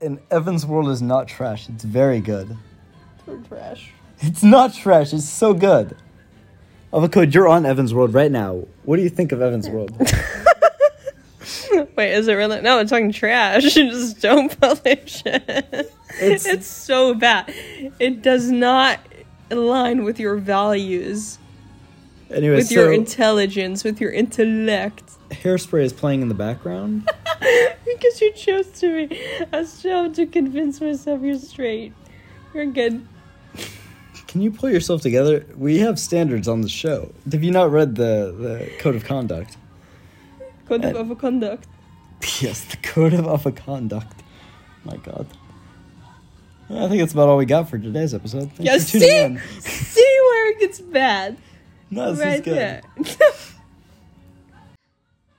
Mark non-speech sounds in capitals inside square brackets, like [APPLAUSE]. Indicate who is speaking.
Speaker 1: and Evan's World is not trash. It's very good.
Speaker 2: They're trash.
Speaker 1: It's not trash. It's so good. Avocode, you're on Evan's World right now. What do you think of Evan's
Speaker 2: [LAUGHS]
Speaker 1: World?
Speaker 2: Wait, is it really? No, it's talking trash. [LAUGHS] Just don't publish it.
Speaker 1: It's-
Speaker 2: It's, so bad. It does not align with your values,
Speaker 1: Anyway,
Speaker 2: with
Speaker 1: so
Speaker 2: your intelligence, with your intellect.
Speaker 1: Hairspray is playing in the background.
Speaker 2: Because you chose to be. I still have to convince myself you're straight. You're good.
Speaker 1: Can you pull yourself together? We have standards on the show. Have you not read the, the code of conduct?
Speaker 2: Code
Speaker 1: And-
Speaker 2: of conduct.
Speaker 1: [LAUGHS] Yes, the code of, of conduct. My God. I think that's about all we got for today's episode. Thanks
Speaker 2: Yeah,
Speaker 1: for tuning
Speaker 2: see?
Speaker 1: in.
Speaker 2: see where it gets bad.
Speaker 1: No, this is
Speaker 2: right
Speaker 1: good.
Speaker 2: there. [LAUGHS]